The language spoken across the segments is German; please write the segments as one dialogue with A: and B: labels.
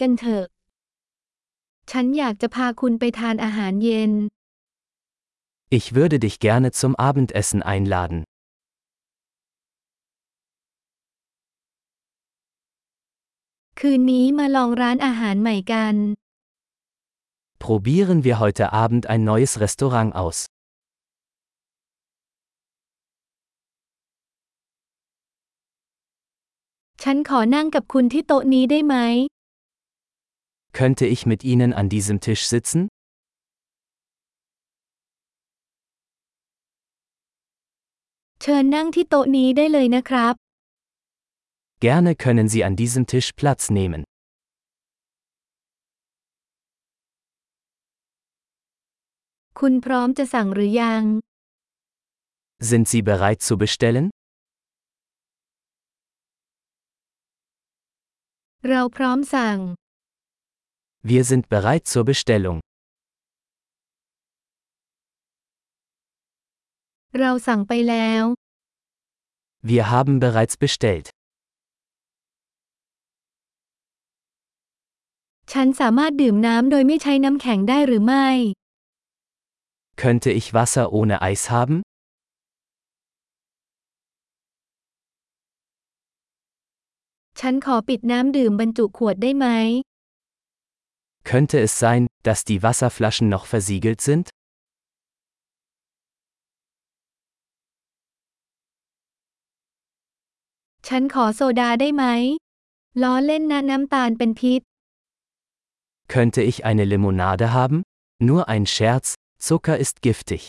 A: กันเถอะ ฉันอยากจะพาคุณไปทานอาหารเย็น
B: Ich würde dich gerne zum Abendessen einladen.
A: คืนนี้มาลองร้านอาหารใหม่กัน
B: Probieren wir heute Abend ein neues Restaurant aus.
A: ฉันขอนั่งกับคุณที่โต๊ะนี้ได้ไหม
B: Könnte ich mit Ihnen an diesem Tisch sitzen?
A: เชิญนั่งที่โต๊ะนี้ได้เลยนะครับ
B: Gerne können Sie an diesem Tisch Platz nehmen.
A: คุณพร้อมจะสั่งหรือยัง
B: Sind Sie bereit zu bestellen?
A: เราพร้อมสั่ง
B: Wir sind bereit zur Bestellung.
A: เราสั่งไปแล้ว
B: Wir haben bereits bestellt.
A: ฉันสามารถดื่มน้ำโดยไม่ใช้น้ำแข็งได้หรือไม่
B: Könnte ich Wasser ohne Eis haben?
A: ฉันขอปิดน้ำดื่มบรรจุขวดได้ไหม
B: Könnte es sein, dass die Wasserflaschen noch versiegelt sind?
A: ฉันขอโซดาได้ไหม ล้อเล่นนะน้ำตาลเป็นพิษ
B: Könnte ich eine Limonade haben? Nur ein Scherz, Zucker ist giftig.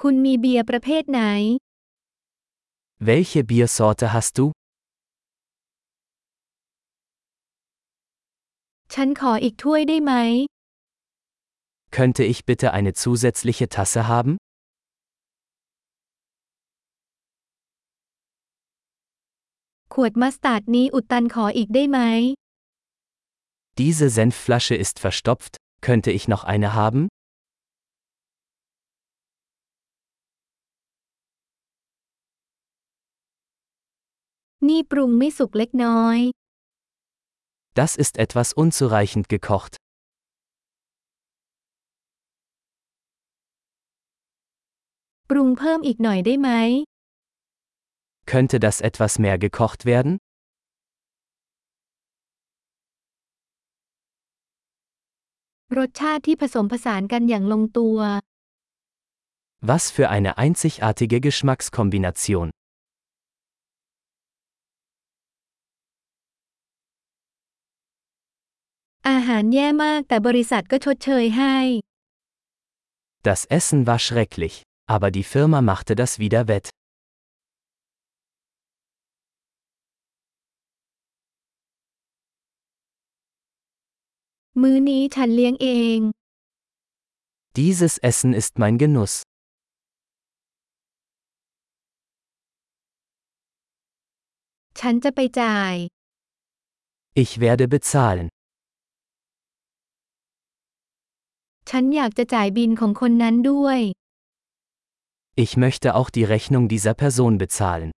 A: คุณมีเบียร์ประเภทไหน
B: Welche Biersorte hast du?
A: ฉันขออีกถ้วยได้ไหม
B: Könnte ich bitte eine zusätzliche Tasse haben?
A: ขวดมัสตาร์ดนี้อุดตันขออีกได้ไหม
B: Diese Senfflasche ist verstopft, könnte ich noch eine haben?
A: นี่ปรุงไม่สุกเล็กน้อย
B: Das ist etwas unzureichend gekocht.
A: ปรุงเพิ่มอีกหน่อยได้ไหม
B: Könnte das etwas mehr gekocht werden?
A: รสชาติที่ผสมผสานกันอย่างลงตัว
B: Was für eine einzigartige Geschmackskombination.
A: อาหารแย่มากแต่บริษัทก็ชดเชยให้
B: Das Essen war schrecklich, aber die Firma machte das wieder wett.
A: มื้อนี้ฉันเลี้ยงเอง
B: Dieses Essen ist mein Genuss.
A: ฉันจะไปจ่าย
B: Ich werde bezahlen.
A: ฉันอยากจะจ่ายบินของคนนั้นด้วย
B: Ich möchte auch die Rechnung dieser Person bezahlen.